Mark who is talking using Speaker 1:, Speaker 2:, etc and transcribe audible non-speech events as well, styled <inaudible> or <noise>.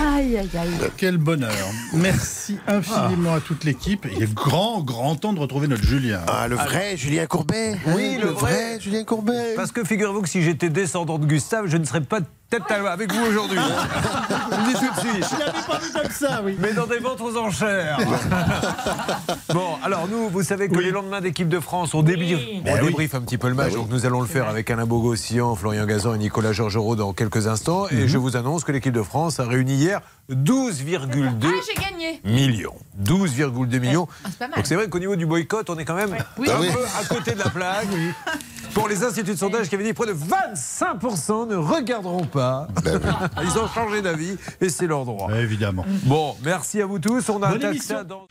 Speaker 1: Aïe, aïe, aïe.
Speaker 2: Quel bonheur. Merci infiniment à toute l'équipe. Il est grand, grand temps de retrouver notre Julien.
Speaker 3: Ah, le vrai Julien Courbet
Speaker 4: Oui, le vrai.
Speaker 3: Julien Courbet
Speaker 4: Parce que figurez-vous que si j'étais descendant de Gustave, je ne serais pas peut-être avec vous <laughs> aujourd'hui. je vous le dis tout de suite.
Speaker 2: Je l'avais pas vu comme ça, oui.
Speaker 4: Mais dans des ventes aux <laughs> enchères. bon, alors nous, vous savez que les lendemains d'équipe de France, on débriefe, on débriefe un petit peu le match. donc nous allons le faire avec Alain Bogossian, Florian Gazan et Nicolas Georgerot dans quelques instants. Et je vous annonce que l'équipe de France a réuni hier 12,2
Speaker 5: Ah, j'ai gagné.
Speaker 4: millions. 12,2 millions.
Speaker 5: c'est pas mal.
Speaker 4: Donc c'est vrai qu'au niveau du boycott, on est quand même
Speaker 5: Oui.
Speaker 4: un
Speaker 3: Ah oui.
Speaker 4: peu à côté de la plaque. Pour les instituts de sondage qui avaient dit près de 25% ne regarderont pas.
Speaker 3: Ben,
Speaker 4: Ils ont changé d'avis et c'est leur droit.
Speaker 2: Évidemment.
Speaker 4: Bon, merci à vous tous. On a
Speaker 2: Bonne
Speaker 4: un tas de
Speaker 2: émission.
Speaker 4: tas dans-